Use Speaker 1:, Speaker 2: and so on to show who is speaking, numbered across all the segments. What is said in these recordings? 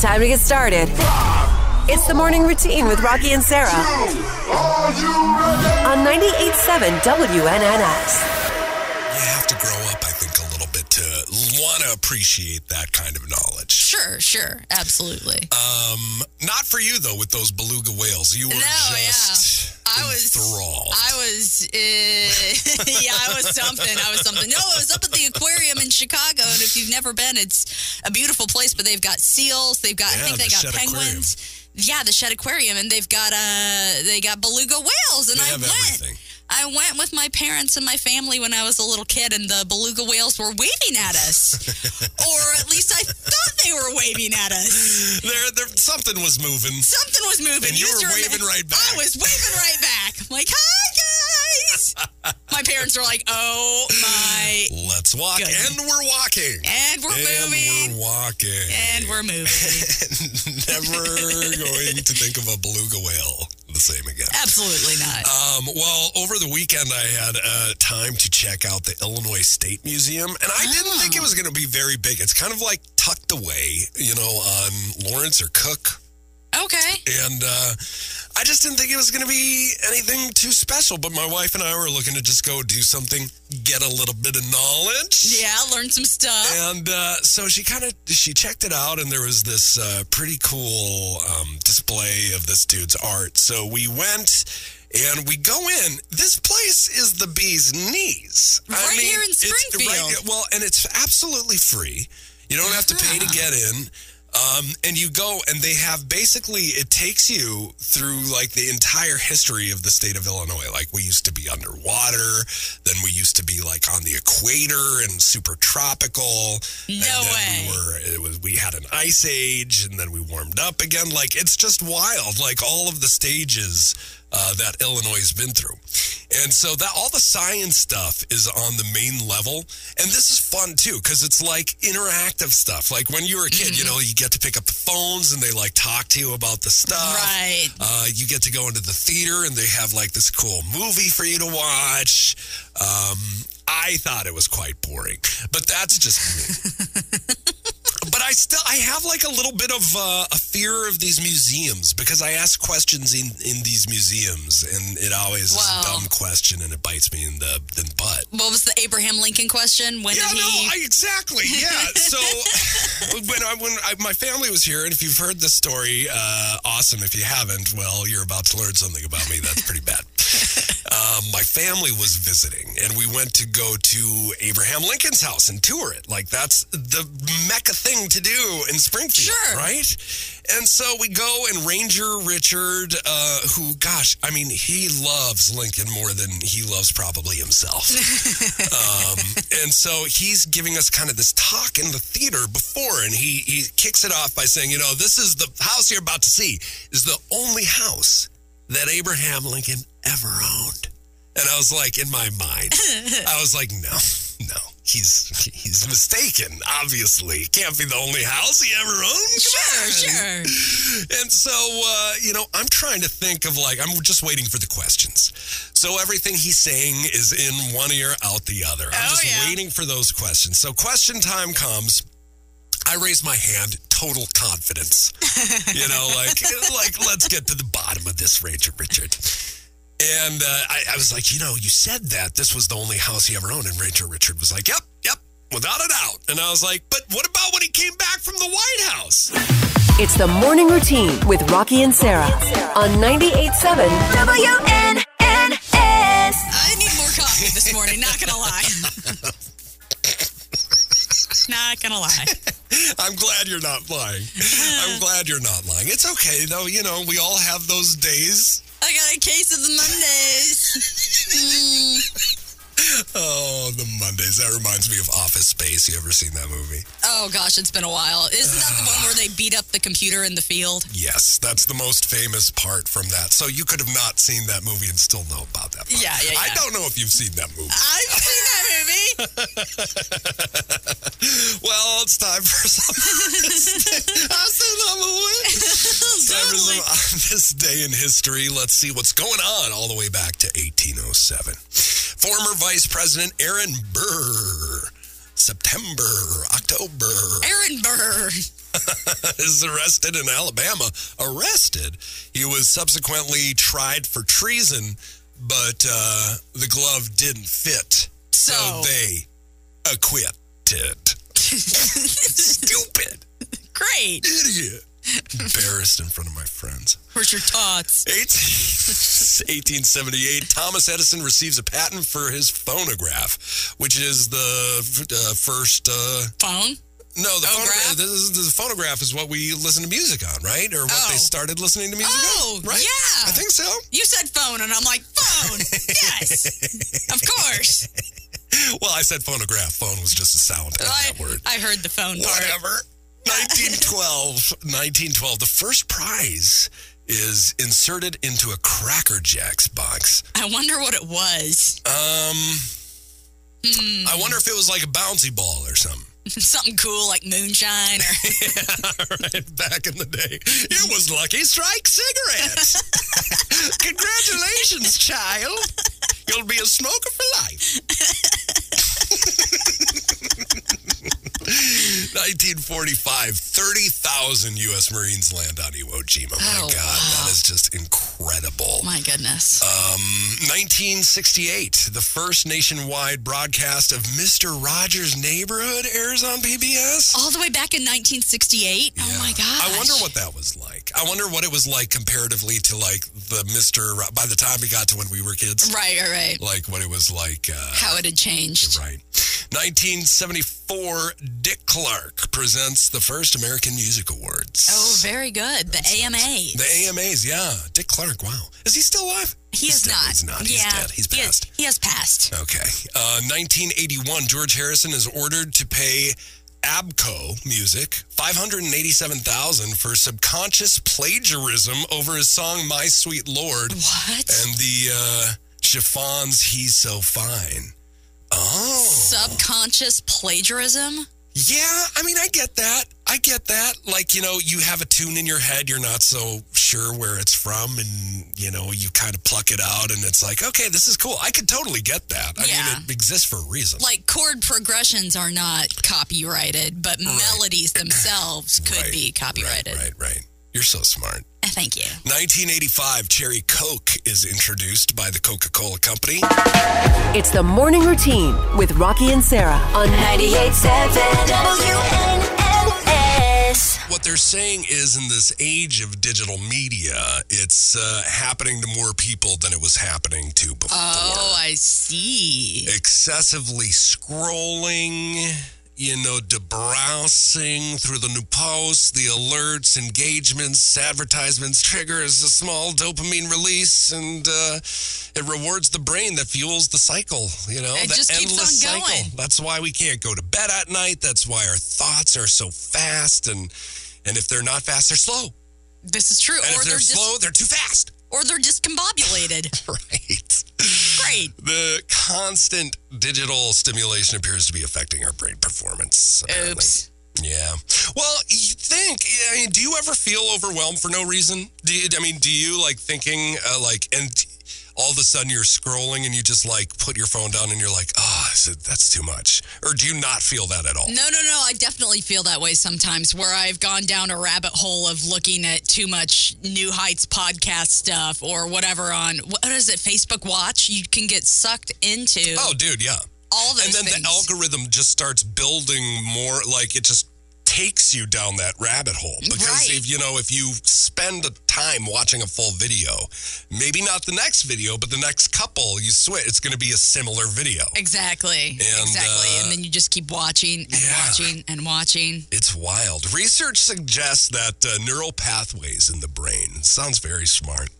Speaker 1: Time to get started. It's the morning routine with Rocky and Sarah
Speaker 2: Are you ready?
Speaker 1: on 98.7 WNNS.
Speaker 3: You have to grow up, I think, a little bit to want to appreciate that kind of knowledge. Mm,
Speaker 4: Sure, sure, absolutely.
Speaker 3: Not for you though, with those beluga whales. You were
Speaker 4: no,
Speaker 3: just
Speaker 4: yeah, I was,
Speaker 3: enthralled.
Speaker 4: I was, uh, yeah, I was something. I was something. No, I was up at the aquarium in Chicago, and if you've never been, it's a beautiful place. But they've got seals. They've got,
Speaker 3: Yeah,
Speaker 4: I think they
Speaker 3: the
Speaker 4: got
Speaker 3: Shedd
Speaker 4: penguins. Yeah, the Shed Aquarium, and they've got uh, they got beluga whales, and
Speaker 3: They
Speaker 4: I
Speaker 3: have
Speaker 4: went.
Speaker 3: everything.
Speaker 4: I went with my parents and my family when I was a little kid, and the beluga whales were waving at us, or at least I thought they were waving at us.
Speaker 3: there, there, something was moving.
Speaker 4: something was moving.
Speaker 3: And you
Speaker 4: Just
Speaker 3: were waving
Speaker 4: remember-
Speaker 3: right back.
Speaker 4: I was waving right back. I'm like, hi guys. My parents were like, oh my,
Speaker 3: Let's walk,
Speaker 4: Good.
Speaker 3: and we're walking,
Speaker 4: and we're
Speaker 3: and
Speaker 4: moving,
Speaker 3: we're walking,
Speaker 4: and we're moving.
Speaker 3: never going to think of a beluga whale the same again.
Speaker 4: Absolutely not.
Speaker 3: Um, well, over the weekend, I had uh, time to check out the Illinois State Museum, and I didn't think it was going to be very big. It's kind of like tucked away, you know, on Lawrence or Cook.
Speaker 4: Okay.
Speaker 3: And uh, I just didn't think it was going to be anything too special. But my wife and I were looking to just go do something, get a little bit of knowledge.
Speaker 4: Yeah, learn some stuff.
Speaker 3: And uh, so she kind of she checked it out, and there was this uh, pretty cool um, display of this dude's art. So we went. And we go in. This place is the bee's knees.
Speaker 4: Right here in
Speaker 3: it's
Speaker 4: Springfield.
Speaker 3: well, and it's absolutely free. You don't have to pay to get in. Um, and you go, and they have basically it takes you through like the entire history of the state of Illinois. Like we used to be underwater, then we used to be like on the equator and super tropical. and
Speaker 4: No
Speaker 3: then
Speaker 4: way.
Speaker 3: We were it was we had an ice age, and then we warmed up again. Like it's just wild. Like all of the stages uh, that Illinois has been through. And so that all the science stuff is on the main level, and this is fun too because it's like interactive stuff. Like when you were a kid, you know, you get to pick up the phones and they like talk to you about the stuff.
Speaker 4: Right.
Speaker 3: Uh, you get to go into the theater and they have like this cool movie for you to watch. Um, I thought it was quite boring, but that's just me. but I still I have like a little bit of uh, a fear of these museums because I ask questions in in these museums and it always
Speaker 4: Wow.
Speaker 3: is a dumb question and it bites me in the in the butt.
Speaker 4: What was the Abraham Lincoln question? When
Speaker 3: Yeah,
Speaker 4: did
Speaker 3: no,
Speaker 4: he?
Speaker 3: I, exactly. Yeah. So when I when I, my family was here, and if you've heard this story, uh, awesome. If you haven't, well, you're about to learn something about me. That's pretty bad. um, my family was visiting, and we went to go to Abraham Lincoln's house and tour it. Like that's the mecca thing to do in Springfield,
Speaker 4: Sure.
Speaker 3: right? And so we go, and Ranger Richard, uh, who, gosh, I mean, he loves Lincoln more than he loves probably himself. Um, and so he's giving us kind of this talk in the theater before, and he he kicks it off by saying, you know, this is the house you're about to see is the only house that Abraham Lincoln ever owned. And I was like, in my mind, I was like, no, no, he's he's mistaken. Obviously, It can't be the only house he ever owned. Come
Speaker 4: Sure,
Speaker 3: on.
Speaker 4: sure.
Speaker 3: And so, uh, you know, I'm trying to think of like, I'm just waiting for the questions. So everything he's saying is in one ear, out the other. I'm
Speaker 4: Oh,
Speaker 3: just
Speaker 4: yeah.
Speaker 3: waiting for those questions. So question time comes. I raise my hand, total confidence. you know, like, like let's get to the bottom of this, Ranger Richard. And uh, I, I was like, you know, you said that this was the only house he ever owned. And Ranger Richard was like, yep, yep, without a doubt. And I was like, but what about when he came back from the White House?
Speaker 1: It's the morning routine with Rocky and Sarah on 98.7 WNNS.
Speaker 4: I need more coffee this morning. Not gonna lie. not gonna lie.
Speaker 3: I'm glad you're not lying. I'm glad you're not lying. It's okay, though. You know, we all have those days.
Speaker 4: I got a case of the Mondays. Mm.
Speaker 3: Oh, the Mondays. That reminds me of Office Space. You ever seen that movie?
Speaker 4: Oh gosh, it's been a while. Isn't that the one where they beat up the computer in the field?
Speaker 3: Yes, that's the most famous part from that. So you could have not seen that movie and still know about that. Part.
Speaker 4: Yeah, yeah,
Speaker 3: I
Speaker 4: yeah. Ah.
Speaker 3: don't know if you've seen that movie.
Speaker 4: I've seen that movie.
Speaker 3: Well, it's time for some. I've seen that movie. Time for
Speaker 4: totally.
Speaker 3: some on this day in history. Let's see what's going on all the way back to 1807. Former Vice President Aaron Burr. September, October.
Speaker 4: Aaron Burr. Eh.
Speaker 3: is arrested in Alabama. Arrested. He was subsequently tried for treason, but uh, the glove didn't fit. So,
Speaker 4: So-
Speaker 3: they acquitted. Stupid
Speaker 4: Great.
Speaker 3: idiot. Embarrassed in front of my friends.
Speaker 4: Where's your tots?
Speaker 3: 18, 1878, Thomas Edison receives a patent for his phonograph, which is the uh, first. Uh,
Speaker 4: Phone?
Speaker 3: no, the
Speaker 4: Phonograph?
Speaker 3: phonograph. This is, the phonograph is what we listen to music on, right? Or what they
Speaker 4: Oh.
Speaker 3: started listening to music
Speaker 4: Oh,
Speaker 3: on, right? I
Speaker 4: yeah.
Speaker 3: think so.
Speaker 4: You said phone, and I'm like, phone. yes. Of course.
Speaker 3: Well, I said phonograph. Phone was just a sound. in
Speaker 4: I,
Speaker 3: that word.
Speaker 4: I heard the phone part.
Speaker 3: Whatever. 1912. 1912. The first prize is inserted into a Cracker Jacks box.
Speaker 4: I wonder what it was.
Speaker 3: Um,
Speaker 4: Mm.
Speaker 3: I wonder if it was like a bouncy ball or something.
Speaker 4: Something cool like moonshine or
Speaker 3: Right back in the day, it was Lucky Strike cigarettes. Congratulations, child. You'll be a smoker for life. 1945, 30,000 U.S. Marines land on Iwo Jima. My
Speaker 4: Oh,
Speaker 3: God, that is just incredible.
Speaker 4: my goodness.
Speaker 3: Uh, 1968, the first nationwide broadcast of Mr. Rogers' Neighborhood airs on PBS.
Speaker 4: All the way back in 1968. Oh my god.
Speaker 3: I wonder what that was like. I wonder what it was like comparatively to like the Mr. Ro- by the time we got to when we were kids,
Speaker 4: Right, right, right.
Speaker 3: like what it was like. Uh,
Speaker 4: How it had changed.
Speaker 3: right. 1974, Dick Clark presents the first American Music Awards.
Speaker 4: Oh, very good. The AMA.
Speaker 3: The AMAs, yeah. Dick Clark, wow. Is he still alive?
Speaker 4: He is
Speaker 3: dead.
Speaker 4: not.
Speaker 3: He's not. He's
Speaker 4: yeah,
Speaker 3: dead. He's
Speaker 4: he is-
Speaker 3: passed.
Speaker 4: He has passed.
Speaker 3: Okay. Uh, 1981, George Harrison is ordered to pay Abco Music 587000 for subconscious plagiarism over his song My Sweet Lord
Speaker 4: What?
Speaker 3: and the uh, chiffons He's So Fine. Oh.
Speaker 4: Subconscious plagiarism?
Speaker 3: Yeah, I mean, I get that. I get that. Like, you know, you have a tune in your head, you're not so sure where it's from, and, you know, you kind of pluck it out, and it's like, okay, this is cool. I could totally get that. I
Speaker 4: Yeah.
Speaker 3: mean, it exists for a reason.
Speaker 4: Like chord progressions are not copyrighted, but melodies themselves could
Speaker 3: Right,
Speaker 4: be copyrighted.
Speaker 3: Right, right, right. You're so smart.
Speaker 4: Uh, Thank you.
Speaker 3: 1985, Cherry Coke is introduced by the Coca Cola Company.
Speaker 1: It's the morning routine with Rocky and Sarah on
Speaker 5: 98.7 WNNS.
Speaker 3: What they're saying is, in this age of digital media, it's uh, happening to more people than it was happening to before.
Speaker 4: Oh, I see.
Speaker 3: Excessively scrolling, you know, debrowsing through the new posts, the alerts, engagements, advertisements, triggers a small dopamine release, and uh, it rewards the brain that fuels the cycle, you know?
Speaker 4: It
Speaker 3: the
Speaker 4: just keeps
Speaker 3: endless
Speaker 4: on going.
Speaker 3: cycle. That's why we can't go to bed at night. That's why our thoughts are so fast, and, and if they're not fast, they're slow.
Speaker 4: This is true.
Speaker 3: And
Speaker 4: Or
Speaker 3: if
Speaker 4: they're,
Speaker 3: they're
Speaker 4: dis-
Speaker 3: slow, they're too fast.
Speaker 4: or they're discombobulated.
Speaker 3: Right.
Speaker 4: Great.
Speaker 3: The constant digital stimulation appears to be affecting our brain performance. apparently.
Speaker 4: Oops.
Speaker 3: Yeah. Well, you think, I mean, do you ever feel overwhelmed for no reason? Do you, I mean, do you like thinking, uh, like, and all of a sudden you're scrolling and you just like put your phone down and you're like, oh, that's too much? Or do you not feel that at all?
Speaker 4: No, no, no. I definitely feel that way sometimes where I've gone down a rabbit hole of looking at too much New Heights podcast stuff or whatever on, what is it, Facebook Watch? You can get sucked into
Speaker 3: Oh, dude, yeah.
Speaker 4: all those
Speaker 3: and then
Speaker 4: things.
Speaker 3: the algorithm just starts building more like it just takes you down that rabbit hole because
Speaker 4: Right.
Speaker 3: if you know if you spend the time watching a full video maybe not the next video but the next couple you switch it's going to be a similar video
Speaker 4: exactly. exactly.
Speaker 3: uh,
Speaker 4: and then you just keep watching and
Speaker 3: yeah.
Speaker 4: watching and watching.
Speaker 3: it's wild research suggests that uh, neural pathways in the brain sounds very smart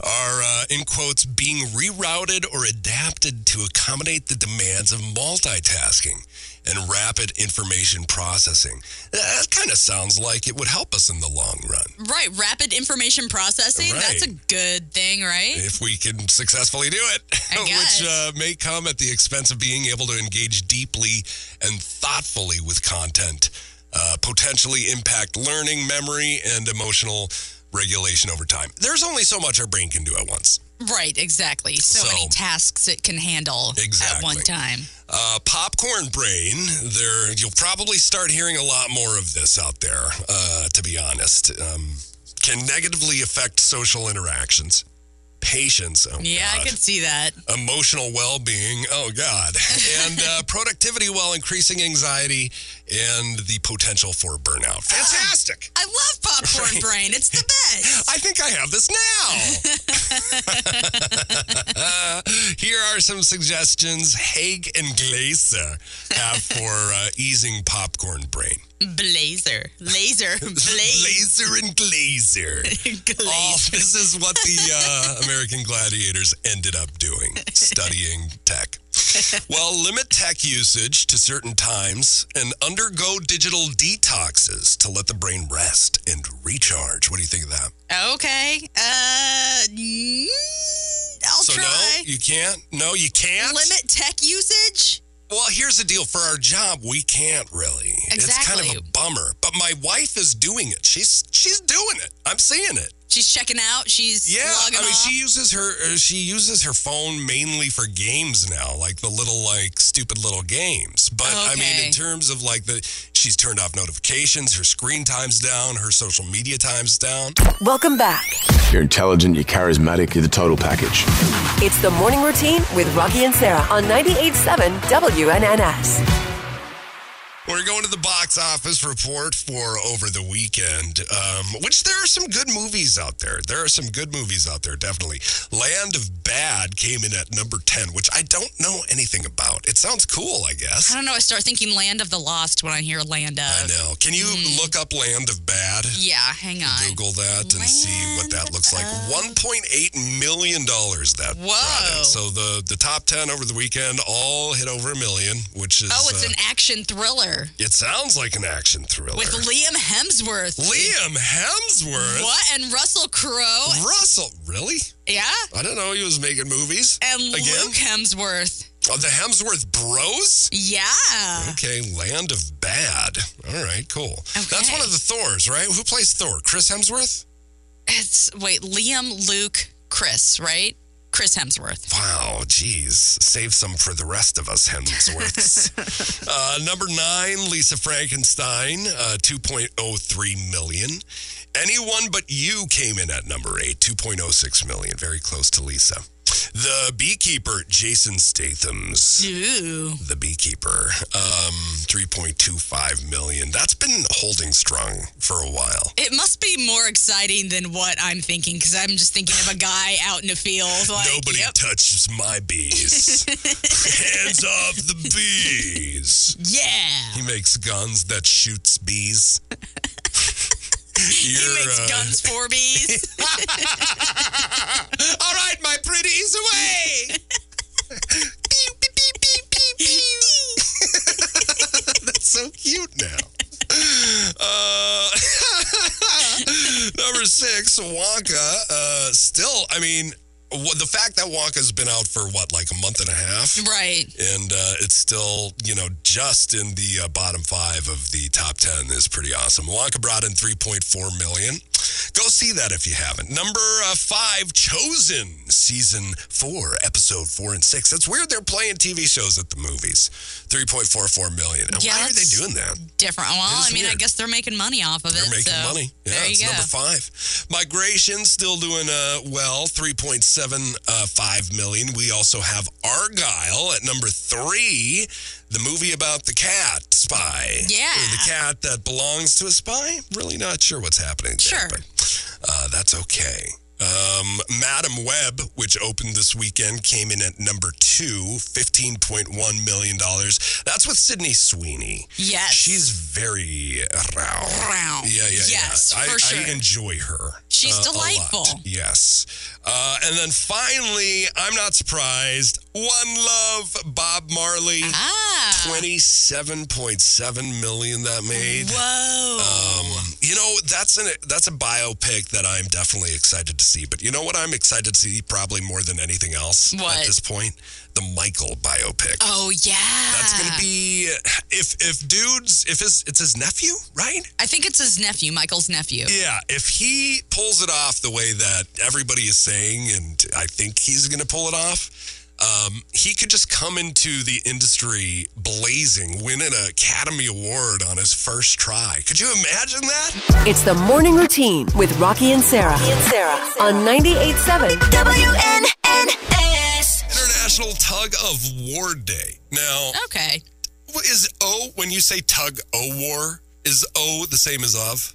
Speaker 3: are uh, in quotes being rerouted or adapted to accommodate the demands of multitasking and rapid information processing. That kind of sounds like it would help us in the long run
Speaker 4: Right. Rapid information processing. That's a
Speaker 3: Right.
Speaker 4: good thing, right?
Speaker 3: if we can successfully do it,
Speaker 4: I guess.
Speaker 3: which uh, may come at the expense of being able to engage deeply and thoughtfully with content, uh, potentially impact learning, memory, and emotional regulation over time. There's only so much our brain can do at once.
Speaker 4: Right, exactly. So,
Speaker 3: So-
Speaker 4: many tasks it can handle at one
Speaker 3: Exactly.
Speaker 4: time.
Speaker 3: Uh, popcorn brain. There, you'll probably start hearing a lot more of this out there. Uh, to be honest, um, can negatively affect social interactions, patience. Oh
Speaker 4: Yeah, I
Speaker 3: God.
Speaker 4: could see that.
Speaker 3: Emotional well being, oh God, and uh, productivity while increasing anxiety and the potential for burnout. Fantastic!
Speaker 4: I love popcorn brain. It's the best.
Speaker 3: I think I have this now. Here are some suggestions Haig and Glaser have for uh, easing popcorn brain.
Speaker 4: Blazer. Laser. Blaze.
Speaker 3: Glaser and Glaser. Oh,
Speaker 4: Glaze.
Speaker 3: this is what the uh, American Gladiators ended up doing studying tech. Well, limit tech usage to certain times and undergo digital detoxes to let the brain rest and recharge. What do you think of that?
Speaker 4: Oh. Okay. Uh, mm, I'll
Speaker 3: so,
Speaker 4: try.
Speaker 3: no, you can't? No, you can't?
Speaker 4: Limit tech usage?
Speaker 3: Well, here's the deal. For our job, we can't really. It's kind of a
Speaker 4: Exactly.
Speaker 3: bummer. But my wife is doing it. She's she's doing it. I'm seeing it.
Speaker 4: She's checking out. She's
Speaker 3: Yeah,
Speaker 4: logging
Speaker 3: I mean,
Speaker 4: off.
Speaker 3: she uses her uh, she uses her phone mainly for games now, like the little like stupid little games. But I mean,
Speaker 4: Okay.
Speaker 3: in terms of like the she's turned off notifications, her screen time's down, her social media time's down.
Speaker 1: Welcome back.
Speaker 5: You're intelligent, you're charismatic, you're the total package.
Speaker 1: It's the morning routine with Rocky and Sarah on 98.7 WNNS.
Speaker 3: We're going to the box office report for over the weekend, um, which there are some good movies out there. There are some good movies out there, definitely. Land of Bad came in at number 10, which I don't know anything about. It sounds cool, I
Speaker 4: I
Speaker 3: guess.
Speaker 4: don't know. I start thinking Land of the Lost when I hear Land of.
Speaker 3: I know. Can you
Speaker 4: Hmm.
Speaker 3: look up Land of Bad?
Speaker 4: Yeah, hang on.
Speaker 3: Google that and see what that looks like. $1.8 million that
Speaker 4: Whoa.
Speaker 3: brought in. So the, the top 10 over the weekend all hit over a million, which is.
Speaker 4: Oh, it's
Speaker 3: uh,
Speaker 4: an action thriller
Speaker 3: it sounds like an action thriller.
Speaker 4: with Liam Hemsworth.
Speaker 3: Liam Hemsworth.
Speaker 4: What? And Russell Crowe?
Speaker 3: Russell, really?
Speaker 4: Yeah.
Speaker 3: I didn't know he was making movies.
Speaker 4: And
Speaker 3: Again?
Speaker 4: Luke Hemsworth.
Speaker 3: Oh, the Hemsworth Bros?
Speaker 4: Yeah.
Speaker 3: Okay, Land of Bad. All right, cool. That's
Speaker 4: Okay.
Speaker 3: one of the Thors, right? Who plays Thor? Chris Hemsworth?
Speaker 4: It's wait, Liam, Luke, Chris, right? Chris Hemsworth.
Speaker 3: Wow, geez. Save some for the rest of us Hemsworths. uh, number nine, Lisa Frankenstein, uh, 2.03 million. Anyone But You came in at number eight, 2.06 million. Very close to Lisa. The Beekeeper, Jason Statham's
Speaker 4: Ooh.
Speaker 3: The Beekeeper, um, 3.25 million. That's been holding strong for a while.
Speaker 4: It must be more exciting than what I'm thinking because I'm just thinking of a guy out in a field. Like,
Speaker 3: Nobody
Speaker 4: yep,
Speaker 3: touches my bees. Hands off the bees.
Speaker 4: yeah.
Speaker 3: He makes guns that shoots bees.
Speaker 4: He
Speaker 3: You're,
Speaker 4: makes
Speaker 3: uh,
Speaker 4: guns for bees.
Speaker 3: All right, my pretties, away! pew, pew, pew, pew, pew, pew. That's so cute now. Uh, number six, Wonka. Uh, still, I mean, wh- the fact that Wonka's been out for what, like a month and a half?
Speaker 4: right.
Speaker 3: and uh, it's still you know just in the uh, bottom five of the top 10 is pretty awesome wonka brought in 3.4 million go see that if you haven't number uh, five chosen season four episode four and six that's weird they're playing tv shows at the movies 3.44 million and
Speaker 4: Yeah,
Speaker 3: why are they
Speaker 4: that's-
Speaker 3: doing that
Speaker 4: Different.
Speaker 3: It
Speaker 4: Well,
Speaker 3: is
Speaker 4: I mean, I
Speaker 3: weird.
Speaker 4: guess they're making money off of
Speaker 3: they're
Speaker 4: it.
Speaker 3: making
Speaker 4: so
Speaker 3: money. Yeah,
Speaker 4: there you
Speaker 3: it's
Speaker 4: go.
Speaker 3: number five. Migration still doing uh, well, three point seven uh, five million. We also have Argyle at number three, the movie about the cat spy.
Speaker 4: Yeah.
Speaker 3: Or the cat that belongs to a spy. Really not sure what's happening there,
Speaker 4: Sure.
Speaker 3: but uh, that's okay. Um, Madam Web, which opened this weekend, came in at number two, $15.1 million. That's with Sydney Sweeney.
Speaker 4: Yes.
Speaker 3: She's very round.
Speaker 4: Brown.
Speaker 3: Yeah, yeah,
Speaker 4: Yes,
Speaker 3: yeah. I,
Speaker 4: for sure.
Speaker 3: I enjoy her. uh,
Speaker 4: She's
Speaker 3: a lot.
Speaker 4: delightful.
Speaker 3: Yes. Uh, and then finally, I'm not surprised. One Love, Bob Marley.
Speaker 4: ah.
Speaker 3: 27.7 million that made.
Speaker 4: Whoa.
Speaker 3: Um, you know that's an that's a biopic that I'm definitely excited to see. But you know what I'm excited to see probably more than anything else at
Speaker 4: What?
Speaker 3: this point, the Michael biopic.
Speaker 4: oh yeah.
Speaker 3: That's gonna be if if dudes if his it's his nephew right
Speaker 4: I think it's his nephew. nephew, Michael's nephew.
Speaker 3: Yeah, if he pulls it off the way that everybody is saying, and I think he's going to pull it off, um, he could just come into the industry blazing, win an Academy Award on his first try. Could you imagine that?
Speaker 1: It's the morning routine with Rocky and Sarah. and Sarah on 98.7.
Speaker 6: WNNS.
Speaker 3: International Tug of War Day. Now,
Speaker 4: Okay.
Speaker 3: what is O when you say tug o war? Is O the same as of?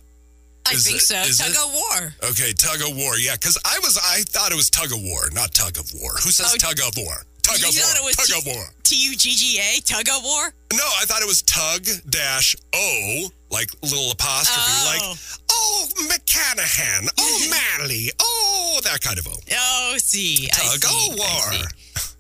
Speaker 4: I
Speaker 3: Is
Speaker 4: think
Speaker 3: it-
Speaker 4: so.
Speaker 3: is
Speaker 4: Tug
Speaker 3: it?
Speaker 4: of war.
Speaker 3: Okay, tug of war. Yeah, because I was I thought it was tug of war, not tug of war. Who says
Speaker 4: Oh,
Speaker 3: tug of war? Tug
Speaker 4: you
Speaker 3: of war.
Speaker 4: thought it was
Speaker 3: Tug
Speaker 4: t-
Speaker 3: of war.
Speaker 4: T U G G A, tug of war?
Speaker 3: No, I thought it was tug dash O, like little apostrophe,
Speaker 4: Oh.
Speaker 3: like oh McCanahan, oh Malley, oh that kind of O.
Speaker 4: Oh, see. I
Speaker 3: Tug
Speaker 4: see.
Speaker 3: of war.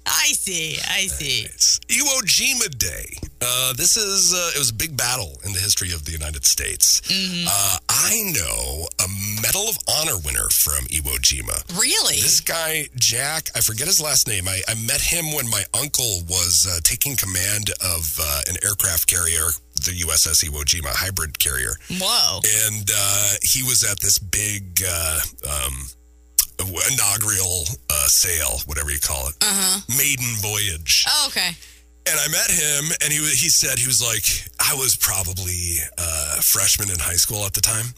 Speaker 4: I see. I see.
Speaker 3: It's Iwo Jima Day. Uh, this is uh, it was a big battle in the history of the United States.
Speaker 4: Mm-hmm.
Speaker 3: Uh, I know a Medal of Honor winner from Iwo Jima.
Speaker 4: Really?
Speaker 3: This guy, Jack, I forget his last name. I, I met him when my uncle was uh, taking command of uh, an aircraft carrier, the USS Iwo Jima hybrid carrier.
Speaker 4: Whoa.
Speaker 3: And uh, he was at this big uh, um, inaugural uh, sale, whatever you call it, maiden voyage.
Speaker 4: Oh, okay.
Speaker 3: And I met him, and he wa- he said he was like I was probably uh, a freshman in high school at the time.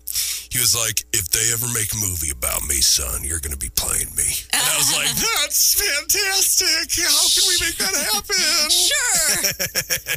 Speaker 3: He was like, "If they ever make a movie about me, son, you're going to be playing me." And I was like, "That's fantastic! How can we make that happen?"
Speaker 4: Sure.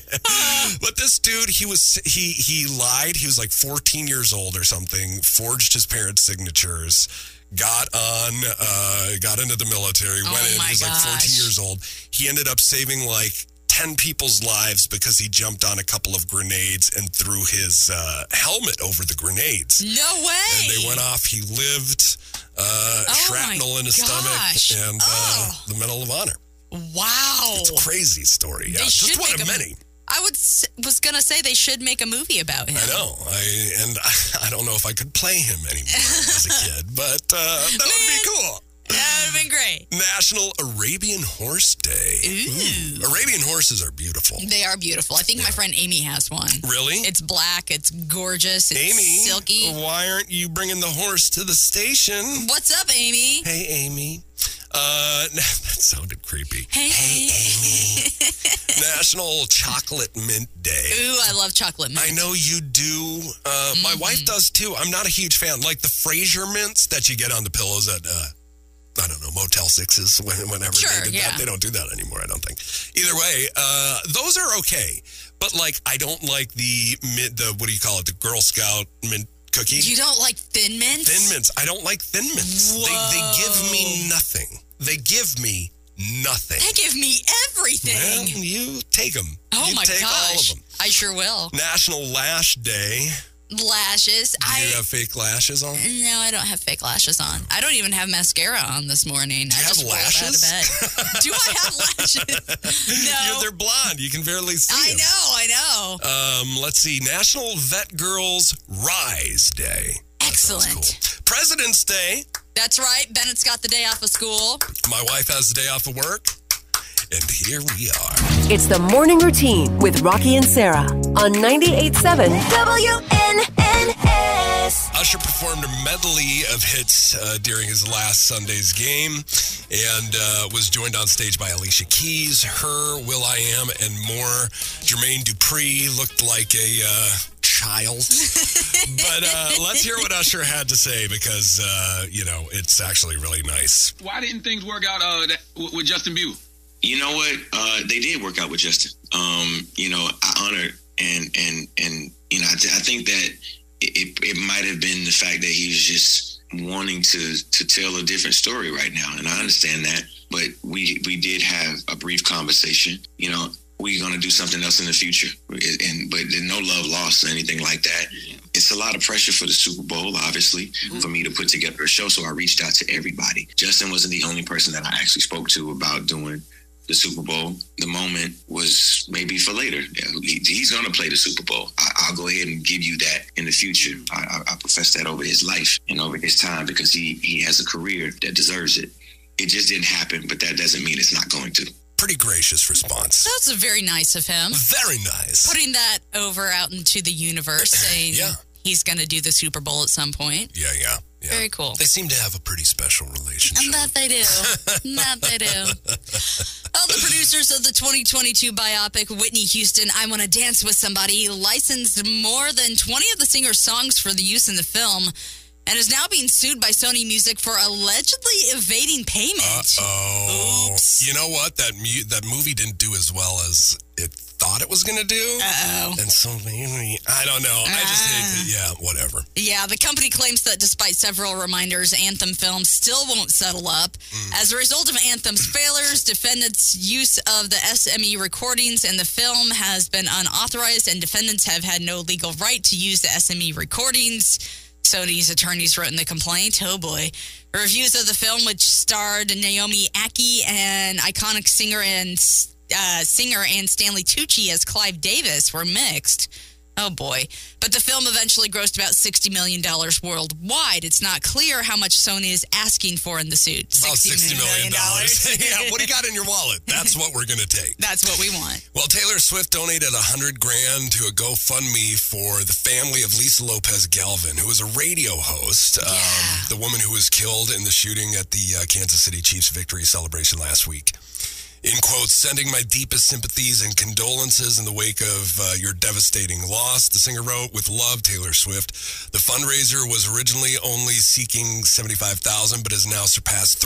Speaker 3: But this dude, he was he he lied. He was like 14 years old or something. Forged his parents' signatures. Got on, uh, got into the military.
Speaker 4: Oh
Speaker 3: went in.
Speaker 4: my
Speaker 3: He was like 14
Speaker 4: gosh.
Speaker 3: years old. He ended up saving like 10 people's lives because he jumped on a couple of grenades and threw his uh, helmet over the grenades.
Speaker 4: no
Speaker 3: And
Speaker 4: way.
Speaker 3: they went off. He lived. Uh,
Speaker 4: Oh my
Speaker 3: shrapnel in his
Speaker 4: gosh.
Speaker 3: stomach and uh,
Speaker 4: Oh.
Speaker 3: the Medal of Honor.
Speaker 4: wow.
Speaker 3: It's a crazy story. Yeah,
Speaker 4: They
Speaker 3: just
Speaker 4: should
Speaker 3: one
Speaker 4: make
Speaker 3: of
Speaker 4: a-
Speaker 3: many.
Speaker 4: I would s- was gonna say they should make a movie about him.
Speaker 3: I know. I and I don't know if I could play him anymore as a kid, but uh, that would be cool.
Speaker 4: That would have been great.
Speaker 3: National Arabian Horse Day. Ooh. Arabian horses are beautiful.
Speaker 4: They are beautiful. I think my friend Amy has one.
Speaker 3: Really?
Speaker 4: It's black. It's gorgeous. It's
Speaker 3: Amy, Oh.
Speaker 4: silky.
Speaker 3: why aren't you bringing the horse to the station?
Speaker 4: What's up, Amy?
Speaker 3: Hey, Amy. Uh, that sounded creepy.
Speaker 4: Hey,
Speaker 3: National Chocolate Mint Day.
Speaker 4: Amy. Ooh, I love chocolate mint.
Speaker 3: I know you do. Uh, My
Speaker 4: Mm-hmm.
Speaker 3: wife does too. I'm not a huge fan. Like the Fraser mints that you get on the pillows at, uh, I don't know, Motel Sixes, when, whenever
Speaker 4: Sure,
Speaker 3: they did
Speaker 4: yeah.
Speaker 3: that. They don't do that anymore, I don't think. Either way, uh, those are okay. But like, I don't like the, mint, the, what do you call it, the Girl Scout mint cookie?
Speaker 4: You don't like thin mints?
Speaker 3: Thin mints. I don't like thin mints. They, they give me nothing. They give me nothing.
Speaker 4: They give me everything.
Speaker 3: Well, you take them.
Speaker 4: oh
Speaker 3: you
Speaker 4: my
Speaker 3: take
Speaker 4: gosh.
Speaker 3: all of them.
Speaker 4: I sure will.
Speaker 3: National Lash Day.
Speaker 4: Lashes.
Speaker 3: Do
Speaker 4: I
Speaker 3: you have fake lashes on?
Speaker 4: no, I don't have fake lashes on. I don't even have mascara on this morning. I
Speaker 3: have
Speaker 4: just rolled
Speaker 3: lashes?
Speaker 4: out of bed. Do I have lashes? No.
Speaker 3: You- they're blonde. You can barely see
Speaker 4: I
Speaker 3: 'em.
Speaker 4: know, I know.
Speaker 3: Um, let's see. National Vet Girls Rise Day. That's
Speaker 4: Excellent.
Speaker 3: cool. President's Day.
Speaker 4: That's right. Bennett's got the day off of school.
Speaker 3: My wife has the day off of work. And here we are.
Speaker 1: It's the morning routine with Rocky and Sarah on 98.7.
Speaker 6: WNNS.
Speaker 3: Usher performed a medley of hits uh, during his last Sunday's game and uh, was joined on stage by Alicia Keys, her, Will I Am, and more. Jermaine Dupree looked like a uh, child. but uh, let's hear what Usher had to say because, uh, you know, it's actually really nice.
Speaker 7: Why didn't things work out uh, that, with, with Justin Bieber?
Speaker 8: You know what? Uh, they did work out with Justin. Um, you know, I honor and and and you know, I, th- I think that it it, it might have been the fact that he was just wanting to to tell a different story right now, and I understand that. But we we did have a brief conversation. You know, we're gonna do something else in the future, and, and but there's no love lost or anything like that. It's a lot of pressure for the Super Bowl, obviously, for me to put together a show. So I reached out to everybody. Justin wasn't the only person that I actually spoke to about doing the Super Bowl. The moment was maybe for later. Yeah, he- He's going to play the Super Bowl. I, I'll go ahead and give you that in the future. I, I, I profess that over his life and over his time because he, he has a career that deserves it. It just didn't happen, but that doesn't mean it's not going to.
Speaker 3: Pretty gracious response.
Speaker 4: That's very nice of him.
Speaker 3: Very nice.
Speaker 4: Putting that over out into the universe, saying
Speaker 3: Yeah.
Speaker 4: he He's going to do the Super Bowl at some point.
Speaker 3: Yeah, yeah, yeah.
Speaker 4: Very cool.
Speaker 3: They seem to have a pretty special relationship.
Speaker 4: And that they do. that they do. Oh, the producers of the 2022 biopic Whitney Houston, I Want to Dance with Somebody, licensed more than 20 of the singer's songs for the use in the film and is now being sued by Sony Music for allegedly evading payment.
Speaker 3: Oh, you know what? That mu- that movie didn't do as well as it thought it was going to do.
Speaker 4: Uh-oh.
Speaker 3: And so maybe I don't know. I just hate that. Yeah, whatever.
Speaker 4: Yeah, the company claims that despite several reminders, Anthem Films still won't settle up. As a result of Anthem's failures, defendants' use of the SME recordings in the film has been unauthorized, and defendants have had no legal right to use the SME recordings. Sony's attorneys wrote in the complaint. Oh boy. Reviews of the film, which starred Naomi Aki and iconic singer and uh, singer and Stanley Tucci as Clive Davis, were mixed. Oh boy. But the film eventually grossed about $60 million worldwide. It's not clear how much Sony is asking for in the suit.
Speaker 3: About Oh, sixty million dollars. yeah, what do you got in your wallet? That's what we're going to take.
Speaker 4: That's what we want.
Speaker 3: Well, Taylor Swift donated a hundred grand to a GoFundMe for the family of Lisa Lopez Galvin, who is a radio host, um, the woman who was killed in the shooting at the uh, Kansas City Chiefs victory celebration last week. In quotes, sending my deepest sympathies and condolences in the wake of uh, your devastating loss, the singer wrote, with love, Taylor Swift. The fundraiser was originally only seeking 75000 but has now surpassed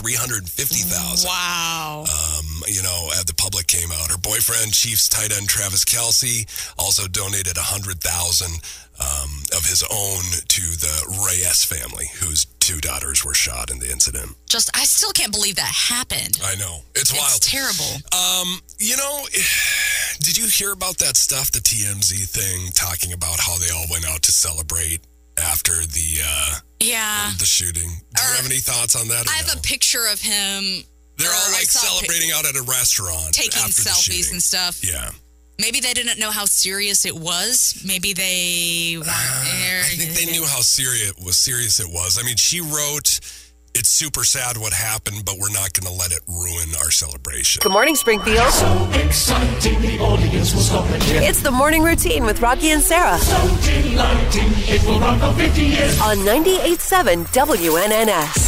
Speaker 3: 350000
Speaker 4: Wow.
Speaker 3: um, you know, uh, the public came out. Her boyfriend, Chiefs tight end Travis Kelsey, also donated a hundred thousand um, of his own to the Reyes family, whose two daughters were shot in the incident.
Speaker 4: Just, I still can't believe that happened.
Speaker 3: I know it's
Speaker 4: It's
Speaker 3: uh, wild.
Speaker 4: terrible.
Speaker 3: um, you know, did you hear about that stuff? The TMZ thing talking about how they all went out to celebrate after the uh,
Speaker 4: Yeah.
Speaker 3: the shooting. Do you have any thoughts on that? or
Speaker 4: I have
Speaker 3: no?
Speaker 4: a picture of him
Speaker 3: They're
Speaker 4: or I
Speaker 3: all like
Speaker 4: saw a pic-
Speaker 3: celebrating out at a restaurant,
Speaker 4: taking
Speaker 3: after the
Speaker 4: selfies
Speaker 3: shooting.
Speaker 4: and stuff.
Speaker 3: yeah.
Speaker 4: Maybe they didn't know how serious it was. Maybe they weren't there.
Speaker 3: Uh, I think they knew how serious it was serious it was. I mean, she wrote, "It's super sad what happened, but we're not going to let it ruin our celebration."
Speaker 1: Good morning, Springfield.
Speaker 6: Exciting, the audience was up and
Speaker 1: It's the morning routine with Rocky and Sarah
Speaker 6: so delighting. It will run for 50 years.
Speaker 1: on 98.7 WNNS.